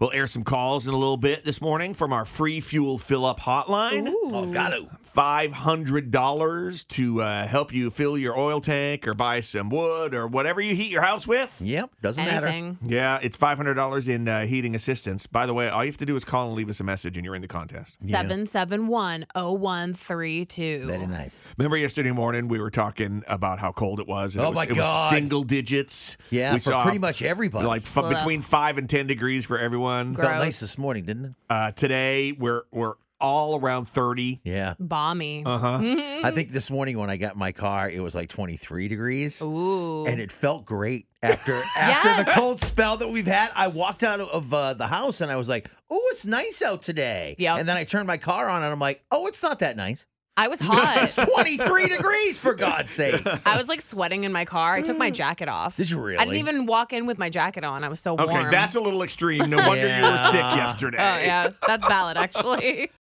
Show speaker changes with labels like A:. A: We'll air some calls in a little bit this morning from our free fuel fill up hotline.
B: Oh, got it.
A: $500 to uh, help you fill your oil tank or buy some wood or whatever you heat your house with.
B: Yep, doesn't matter.
C: Anything.
A: Yeah, it's $500 in uh, heating assistance. By the way, all you have to do is call and leave us a message and you're in the contest.
C: Seven seven one oh one
B: Very
C: three two.
B: nice.
A: Remember yesterday morning we were talking about how cold it was. And
B: Oh
A: it was,
B: my
A: it was
B: God.
A: single digits.
B: Yeah,
A: we
B: for
A: saw
B: pretty much everybody.
A: like f-
C: Ugh.
A: between five and ten degrees for everyone.
C: Gross.
B: Felt nice this morning, didn't it?
A: Uh, today we're we're all around thirty.
B: Yeah.
C: Balmy.
A: Uh huh.
B: Uh-huh.
C: Mm-hmm.
B: I think this morning when I got in my car, it was like 23 degrees.
C: Ooh.
B: And it felt great after after the
C: Yes.
B: cold spell that we've had. I walked out of uh, the house and I was like, "Oh, it's nice out today."
C: Yep.
B: And then I turned my car on and I'm like, "Oh, it's not that nice.
C: I was
B: It's
C: hot.
B: 23 degrees for God's sake."
C: I was like sweating in my car. I took my jacket off.
B: Mm. Did you
C: I
B: really?
C: didn't even walk in with my jacket on. I was so
A: Okay,
C: warm.
A: that's a little extreme. No wonder you were sick
B: Yeah.
A: yesterday.
C: Oh yeah, that's valid actually.